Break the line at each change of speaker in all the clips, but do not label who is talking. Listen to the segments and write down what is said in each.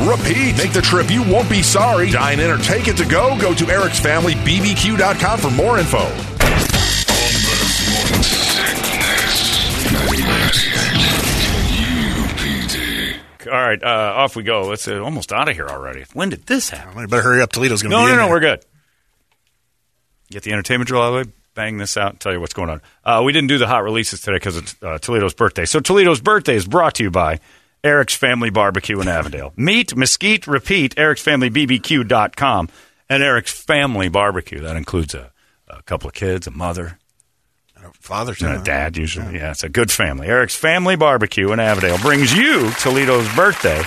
repeat. Make the trip. You won't be sorry. Dine in or take it to go. Go to ericsfamilybbq.com for more info.
All right, uh, off we go. It's uh, almost out of here already. When did this happen?
I better hurry up. Toledo's going to
No,
be
no,
in
no,
there.
we're good. Get the entertainment drill out of the way. Bang this out. Tell you what's going on. Uh, we didn't do the hot releases today because it's uh, Toledo's birthday. So Toledo's birthday is brought to you by Eric's Family Barbecue in Avondale. Meet, mesquite, repeat. Eric'sFamilyBBQ.com and Eric's Family Barbecue. That includes a, a couple of kids, a mother,
Father's
and
Day.
a Uh, dad usually. Yeah, it's a good family. Eric's Family Barbecue in Avondale brings you Toledo's birthday.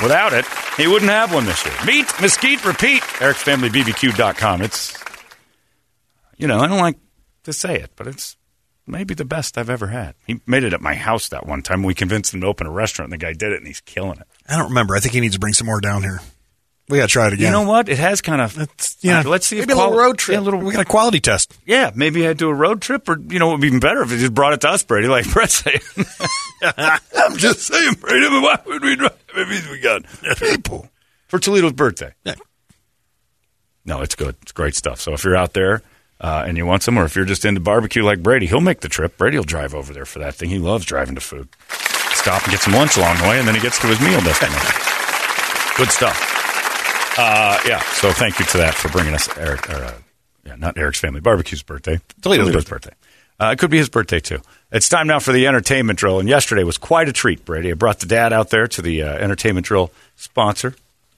Without it, he wouldn't have one this year. Meet, mesquite, repeat. Eric'sFamilyBBQ.com. It's, you know, I don't like to say it, but it's maybe the best I've ever had. He made it at my house that one time. We convinced him to open a restaurant, and the guy did it, and he's killing it.
I don't remember. I think he needs to bring some more down here. We got to try it again.
You know what? It has kind of.
It's- yeah.
Let's see if
Maybe a little
quali-
road trip.
Yeah, a little,
we got a quality test.
Yeah, maybe I'd do a road trip, or you know, it would be even better if it just brought it to us, Brady. Like Brett's saying, I'm just saying, Brady. but Why would we drive? Maybe we got people for Toledo's birthday.
Yeah.
No, it's good. It's great stuff. So if you're out there uh, and you want some, or if you're just into barbecue like Brady, he'll make the trip. Brady will drive over there for that thing. He loves driving to food. Stop and get some lunch along the way, and then he gets to his meal destination. good stuff. Uh, yeah. So thank you to that for bringing us Eric. Or, uh, yeah, not Eric's family barbecue's birthday. Toledo's, birthday. Uh, it could be his birthday too. It's time now for the entertainment drill, and yesterday was quite a treat, Brady. I brought the dad out there to the uh, entertainment drill sponsor,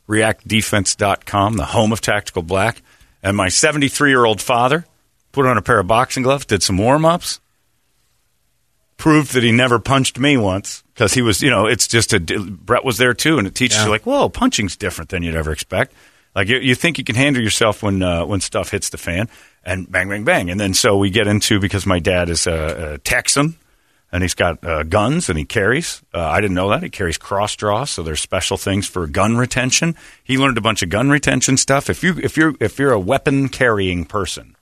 ReactDefense.com, the home of Tactical Black, and my 73 year old father put on a pair of boxing gloves, did some warm ups proved that he never punched me once because he was, you know, it's just a Brett was there too, and it teaches you like, whoa, punching's different than you'd ever expect. Like you, you think you can handle yourself when uh, when stuff hits the fan, and bang, bang, bang, and then so we get into because my dad is a, a Texan, and he's got uh, guns and he carries. Uh, I didn't know that he carries cross draws, so there's special things for gun retention. He learned a bunch of gun retention stuff. If you if you're if you're a weapon carrying person,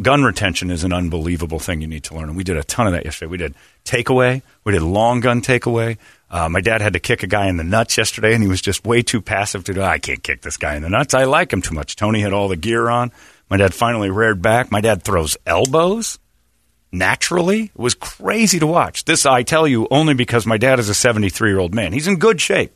gun retention is an unbelievable thing you need to learn. And we did a ton of that yesterday. We did takeaway, we did long gun takeaway. Uh, my dad had to kick a guy in the nuts yesterday, and he was just way too passive to do. I can't kick this guy in the nuts. I like him too much. Tony had all the gear on. My dad finally reared back. My dad throws elbows naturally. It was crazy to watch. This I tell you only because my dad is a 73 year old man. He's in good shape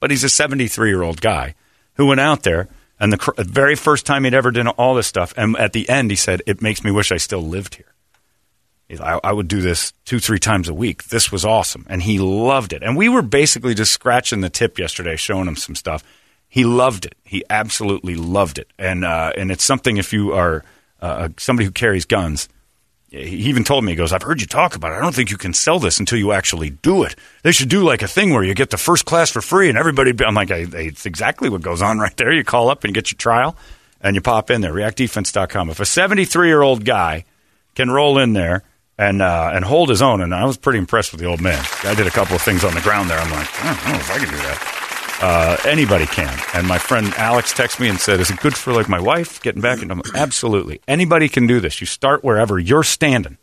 but he's a 73 year old guy who went out there and the cr- very first time he'd ever done all this stuff. And at the end, he said, It makes me wish I still lived here. He's, I, I would do this two, three times a week. This was awesome. And he loved it. And we were basically just scratching the tip yesterday, showing him some stuff. He loved it. He absolutely loved it. And, uh, and it's something if you are uh, somebody who carries guns, he even told me, he goes, I've heard you talk about it. I don't think you can sell this until you actually do it. They should do like a thing where you get the first class for free and everybody. I'm like, I, I, it's exactly what goes on right there. You call up and get your trial and you pop in there, reactdefense.com. If a 73 year old guy can roll in there and, uh, and hold his own, and I was pretty impressed with the old man. I did a couple of things on the ground there. I'm like, I don't know if I can do that. Uh, anybody can. And my friend Alex texted me and said, "Is it good for like my wife getting back?" And I'm like, absolutely. Anybody can do this. You start wherever you're standing,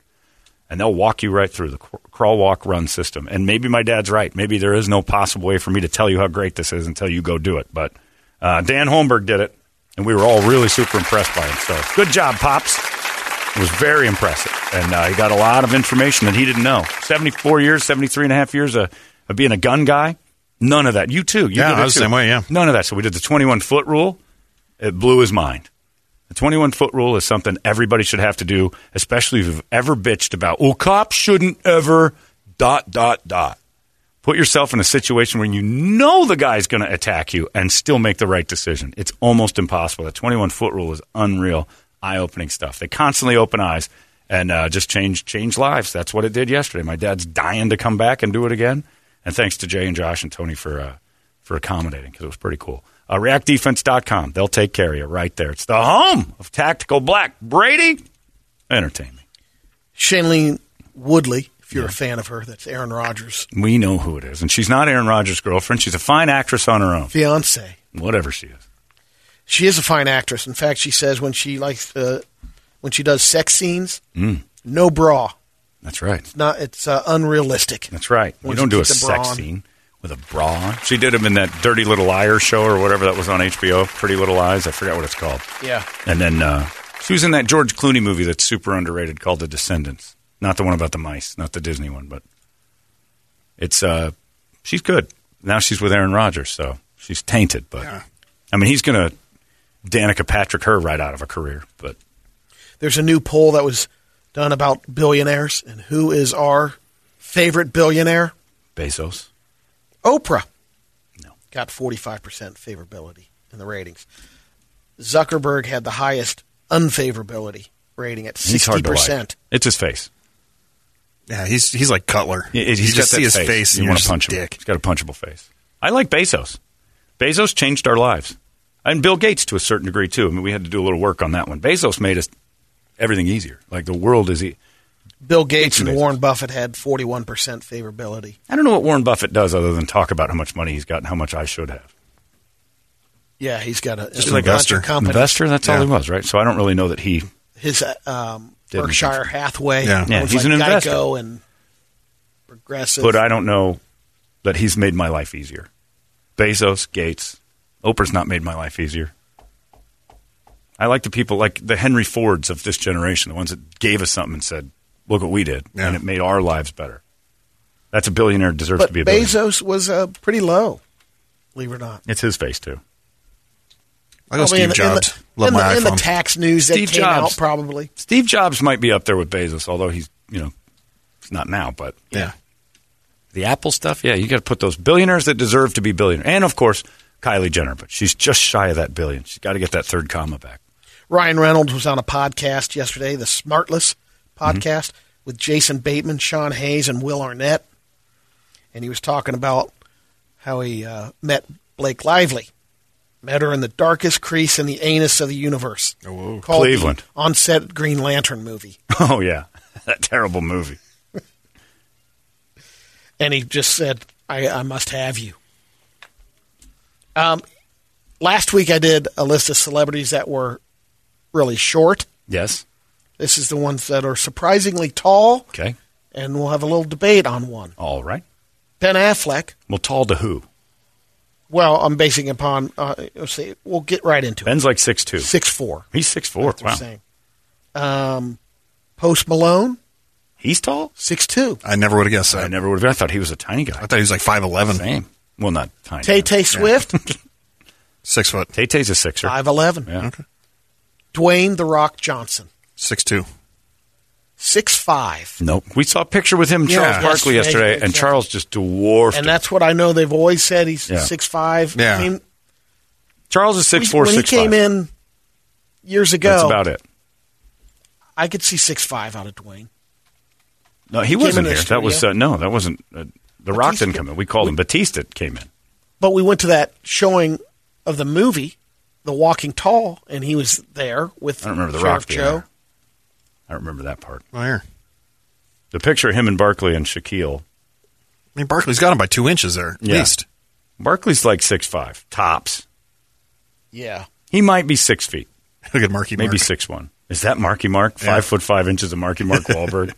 and they'll walk you right through the cr- crawl, walk, run system. And maybe my dad's right. Maybe there is no possible way for me to tell you how great this is until you go do it. But uh, Dan Holmberg did it, and we were all really super impressed by him. So good job, pops. It was very impressive. And uh, he got a lot of information that he didn't know. 74 years, 73 and a half years of, of being a gun guy. None of that. You too. You
Yeah,
did it
I was the
too.
same way, yeah.
None of that. So we did the 21 foot rule. It blew his mind. The 21 foot rule is something everybody should have to do, especially if you've ever bitched about, well, cops shouldn't ever dot, dot, dot. Put yourself in a situation where you know the guy's going to attack you and still make the right decision. It's almost impossible. The 21 foot rule is unreal, eye opening stuff. They constantly open eyes and uh, just change change lives. That's what it did yesterday. My dad's dying to come back and do it again. And thanks to Jay and Josh and Tony for uh, for accommodating because it was pretty cool. Uh, ReactDefense.com. They'll take care of you right there. It's the home of Tactical Black. Brady, entertain me.
Shailene Woodley, if you're a fan of her, that's Aaron Rodgers'
We know who it is. And she's not Aaron Rodgers' girlfriend. She's a fine actress on her own,
fiance.
whatever she is.
She is a fine actress. In fact, she says when she likes uh, when she does sex scenes,
Hmm.
no bra.
That's right.
Not it's uh, unrealistic.
That's right. You
Once
don't
you
do a
keep the bra
sex
on.
scene with a bra on. She did him in that Dirty Little Liar show or whatever that was on HBO, Pretty Little Lies. I forgot what it's called.
Yeah.
And then uh, she was in that George Clooney movie that's super underrated called The Descendants. Not the one about the mice, not the Disney one, but it's uh, she's good. Now she's with Aaron Rodgers, so she's tainted. But I mean, he's gonna Danica Patrick her right out of a career. But
There's a new poll that was done about billionaires and who is our favorite billionaire?
Bezos,
Oprah.
No.
Got 45% favorability in the ratings. Zuckerberg had the highest unfavorability rating at
he's hard to like.
60%.
It's his face.
Yeah, he's he's like Cutler.
He- he's
you
got
just
that
see his face. and
you
you're
want to
just
punch
a
him.
dick.
He's got a punchable face. I like Bezos. Bezos changed our lives, and Bill Gates to a certain degree too. I mean, we had to do a little work on that one. Bezos made us everything easier. Like the world is. E-
Bill Gates and
amazing.
Warren Buffett had 41% favorability.
I don't know what Warren Buffett does other than talk about how much money he's got and how much I should have.
Yeah, he's got a,
Just
a
an
bunch of
investor.
companies.
Investor. That's all
Yeah.
he was, right? So I don't really know that he.
His uh, um,
Didn't
Berkshire Hathaway.
Yeah.
Yeah,
owns,
he's
like
an
Geico
investor.
and Progressive.
But I don't know that he's made my life easier. Bezos, Gates, Oprah's not made my life easier. I like the people like the Henry Fords of this generation, the ones that gave us something and said, "Look what we did,"
Yeah.
and it made our lives better. That's a billionaire deserves
but
to be a billionaire.
Bezos was uh, pretty low, believe it or not.
It's his face too.
I go
Probably
Steve
Oh, in the- in the-
Jobs. Love
in
my
the, in the
iPhone.
tax news that
Steve
came
Jobs.
out, probably.
Steve Jobs might be up there with Bezos, although he's you know it's not now, but
yeah.
The Apple stuff, yeah, you got to put those billionaires that deserve to be billionaires, and of course Kylie Jenner, but she's just shy of that billion. She's got to get that third comma back.
Ryan Reynolds was on a podcast yesterday, the Smartless
Mm-hmm.
podcast, with Jason Bateman, Sean Hayes, and Will Arnett. And he was talking about how he uh, met Blake Lively. Met her in the darkest crease in the anus of the universe.
Oh, whoa.
Called the
Cleveland.
On-set Green Lantern movie.
Oh yeah, that terrible movie.
and he just said, "I, I must have you." Um, last week I did a list of celebrities that were really short.
Yes.
This is the ones that are surprisingly tall,
Okay.
and we'll have a little debate on one.
All right.
Ben Affleck.
Well, tall to who?
Well, I'm basing upon. Uh, let's see, we'll get right into
Ben's like six two.
it. Six four.
He's six four.
They're
Wow.
saying. Um, Post Malone,
He's tall.
six two.
I never would have guessed
I
that.
never would have. I thought he was a tiny
I
guy.
thought he was like 5'11.
Same. Well, not tiny.
Tay Tay Swift,
Six foot.
Tay Tay's a sixer.
five eleven.
Yeah.
Dwayne the Rock Johnson,
Six two.
six five.
Nope. We saw a picture with him, and
Yeah.
Charles Barkley,
Yesterday,
yesterday, and
exactly.
Charles just dwarfed.
and
him.
that's what I know. They've always said he's
Yeah.
six five.
Yeah.
I mean,
Charles is six four,
when
six
he came
five.
in years ago,
That's about it.
I could see six five out of Dwayne.
No, he,
He came
wasn't
in
here.
the
That was uh,
studio.
no, that wasn't. Uh, the Rock
Batista-
didn't come in. We called him Batista. Came in.
But we went to that showing of the movie, The Walking Tall, and he was there with
I don't remember the
Sheriff
Rock being
Joe.
there. I don't remember that part.
Oh, here.
The picture of him and Barkley and Shaquille.
I mean, Barkley's got him by two inches there, at
Yeah.
least.
Barkley's like six five tops.
Yeah,
He might be six feet.
Look at Marky
Maybe
Mark.
six one. Is that Marky Mark? Five
Yeah.
foot five inches of Marky Mark Wahlberg.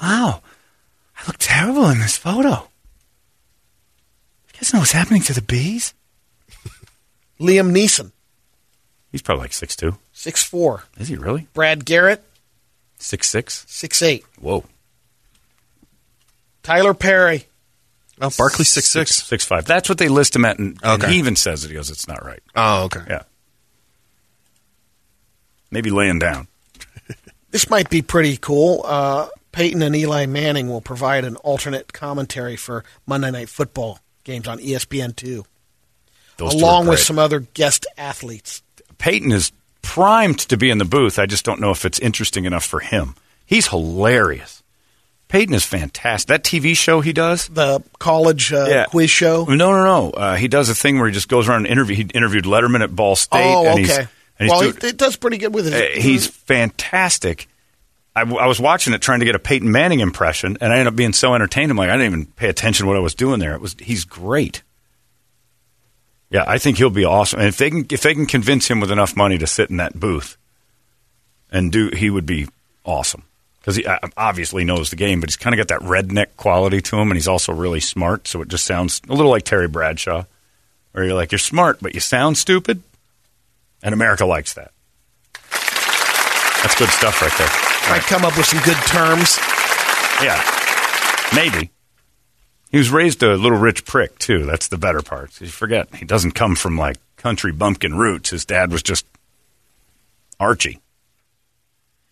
wow, I look terrible in this photo. You guys know what's happening to the bees?
Liam Neeson,
He's probably like six two.
six four.
Is he really
Brad Garrett,
six six?
six eight.
Whoa,
Tyler Perry,
Oh, Barkley's six six.
six five. That's what they list him at, and, and
Okay.
he even says it. He goes, "It's not right."
Oh, okay.
Yeah, maybe laying down.
this might be pretty cool. Uh, Peyton and Eli Manning will provide an alternate commentary for Monday Night Football games on E ESPN2,
Those two are
along with
great.
some other guest athletes.
Peyton is primed to be in the booth. I just don't know if it's interesting enough for him. He's hilarious. Peyton is fantastic. That TV show he does.
The college uh,
Yeah.
quiz show.
No, no, no. Uh, he does a thing where he just goes around and interview. He interviewed Letterman at Ball State.
oh,
and He's,
okay.
and he's
well,
doing-
it, it does pretty good with his.
Uh, he's fantastic. I, w- I was watching it trying to get a Peyton Manning impression, and I ended up being so entertained. I'm like, I didn't even pay attention to what I was doing there. It was he's great. Yeah, I think he'll be awesome. And if they can if they can convince him with enough money to sit in that booth and do, he would be awesome because he uh, obviously knows the game, but he's kind of got that redneck quality to him, and he's also really smart. So it just sounds a little like Terry Bradshaw, where you're like, you're smart, but you sound stupid, and America likes that. That's good stuff right there.
I come up with some good terms.
Yeah. Maybe. He was raised a little rich prick, too. That's the better part. You forget, he doesn't come from like country bumpkin roots. His dad was just Archie.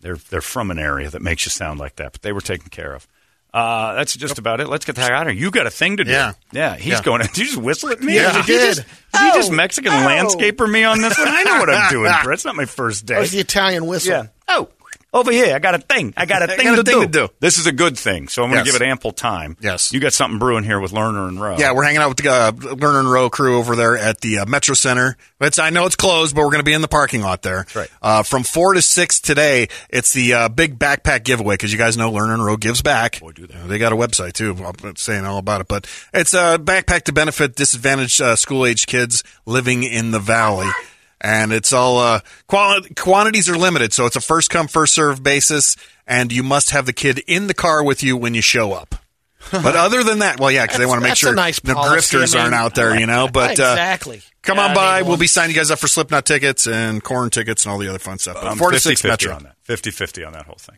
They're, they're from an area that makes you sound like that, but they were taken care of. Uh, that's just about it. Let's get the heck out of here. You got a thing to do.
Yeah.
Yeah. He's
Yeah.
going. Did you just whistle at me?
Yeah. Oh.
Did you
I did.
just, did you just Mexican landscaper me on this one? I know what I'm doing, Brett. It's not my first day.
Oh,
That was the Italian whistle.
Yeah. Oh, over here, I got a thing. I got a
I
thing,
got
to,
a thing
do.
to do.
This is a good thing, so I'm going to
Yes.
give it ample time.
Yes.
You got something brewing here with Lerner and Rowe.
Yeah, we're hanging out with the uh, Lerner and Row crew over there at the uh, Metro Center. It's, I know it's closed, but we're going to be in the parking lot there.
right.
Uh, from 4 to 6 today, it's the uh, big backpack giveaway because you guys know Lerner and Row gives back.
Oh,
Boy, do they. got a website, too. I'm saying all about it. But it's a backpack to benefit disadvantaged uh, school age kids living in the valley. And it's all uh, quali- quantities are limited, so it's a first come first serve basis, and you must have the kid in the car with you when you show up. But other than that, well, yeah, because they want to make
That's
sure
a nice
the
policy,
grifters
I mean.
aren't out there, you know. But uh,
exactly.
come
Yeah,
on
I
by,
need
we'll
one.
be signing you guys up for Slipknot tickets and Corn tickets and all the other fun stuff. But
I'm
Four to six
50-50
Metro.
Um, on that. 50-50 on that whole thing.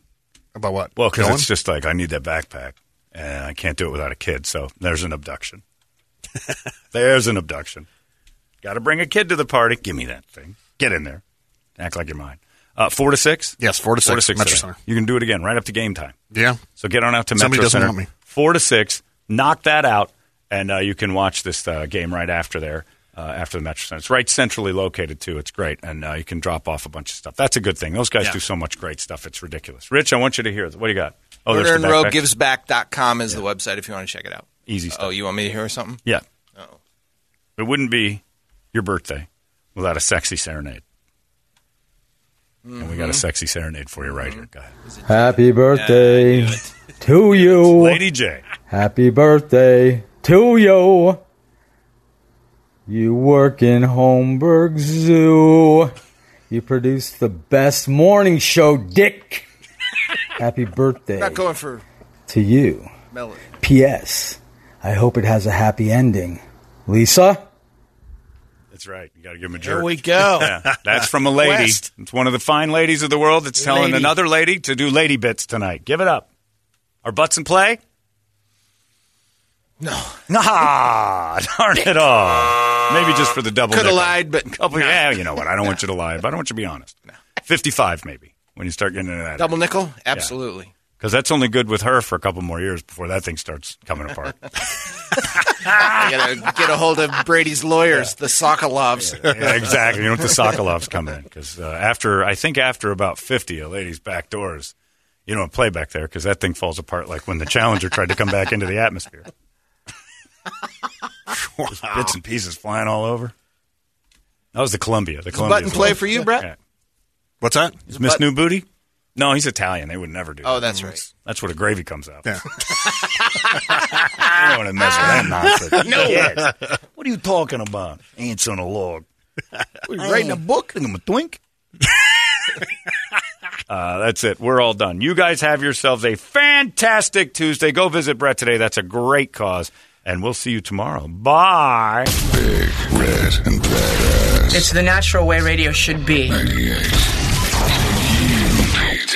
About what?
Well, because
Going?
it's just like I need that backpack,
Eh,
and I can't do it without a kid. So there's an abduction. there's an abduction. Got to bring a kid to the party. Give me that thing. Get in there. Act like you're mine. Uh, four to six.
Yes, four to
Four to
six,
six.
Metro
today.
Center.
You can do it again right up to game time.
yeah.
So get on out to
Somebody
Metro
doesn't
Center.
want me.
Four to six. Knock that out, and uh, you can watch this uh, game right after there, uh, after the Metro Center. It's right centrally located too. It's great, and uh, you can drop off a bunch of stuff. That's a good thing. Those guys do so much great stuff. It's ridiculous. Rich, I want you to hear. th- What do you got? Oh, there's
Order and
the
Row
backpack.
gives back.com is the website if you want to check it out.
Easy stuff.
Oh, you want me to hear something?
Yeah,
Oh.
it wouldn't be your birthday without a sexy serenade.
Mm-hmm.
And we got a sexy serenade for you right here. Go
Mm-hmm.
ahead.
Happy birthday to you.
Lady J.
Happy birthday to you. You work in Homburg Zoo. You produce the best morning show, Dick. Happy birthday
Not going for
to you.
melody.
P.S. I hope it has a happy ending. Lisa?
That's right. You got to give him a jerk.
Here we go.
Yeah, that's from a lady.
West.
It's one of the fine ladies of the world that's telling
Lady.
another lady to do lady bits tonight. Give it up. Our butts in play? No. Nah, darn it all. Maybe just for the double.
Coulda
nickel.
lied, but
Couple, Yeah, you know what? I don't want you to lie, but I don't want you to be honest. 55 maybe when you start getting into that.
Double nickel? Absolutely.
Because that's only good with her for a couple more years before that thing starts coming apart.
I gotta get a hold of Brady's lawyers, the Sokolovs.
Yeah, exactly. You know what the Sokolovs come in because uh, after I think after about fifty, a lady's back doors. You don't play back there because that thing falls apart like when the Challenger tried to come back into the atmosphere. Just Bits and pieces flying all over. That was the Columbia. The Columbia
Button play for you, Brett?
Yeah.
What's that?
Is Miss New Booty? No, he's Italian. They would never do.
Oh,
that.
that's right.
That's where the gravy comes out.
Yeah.
I don't want to mess with that nonsense. no. What are you talking about? Ants on a log. Mm.
We're writing a book.
I'm a twink. uh, that's it. We're all done. You guys have yourselves a fantastic Tuesday. Go visit Brett today. That's a great cause. And we'll see you tomorrow. Bye.
Big, red, and badass.
It's the natural way radio should be.
98. UPD.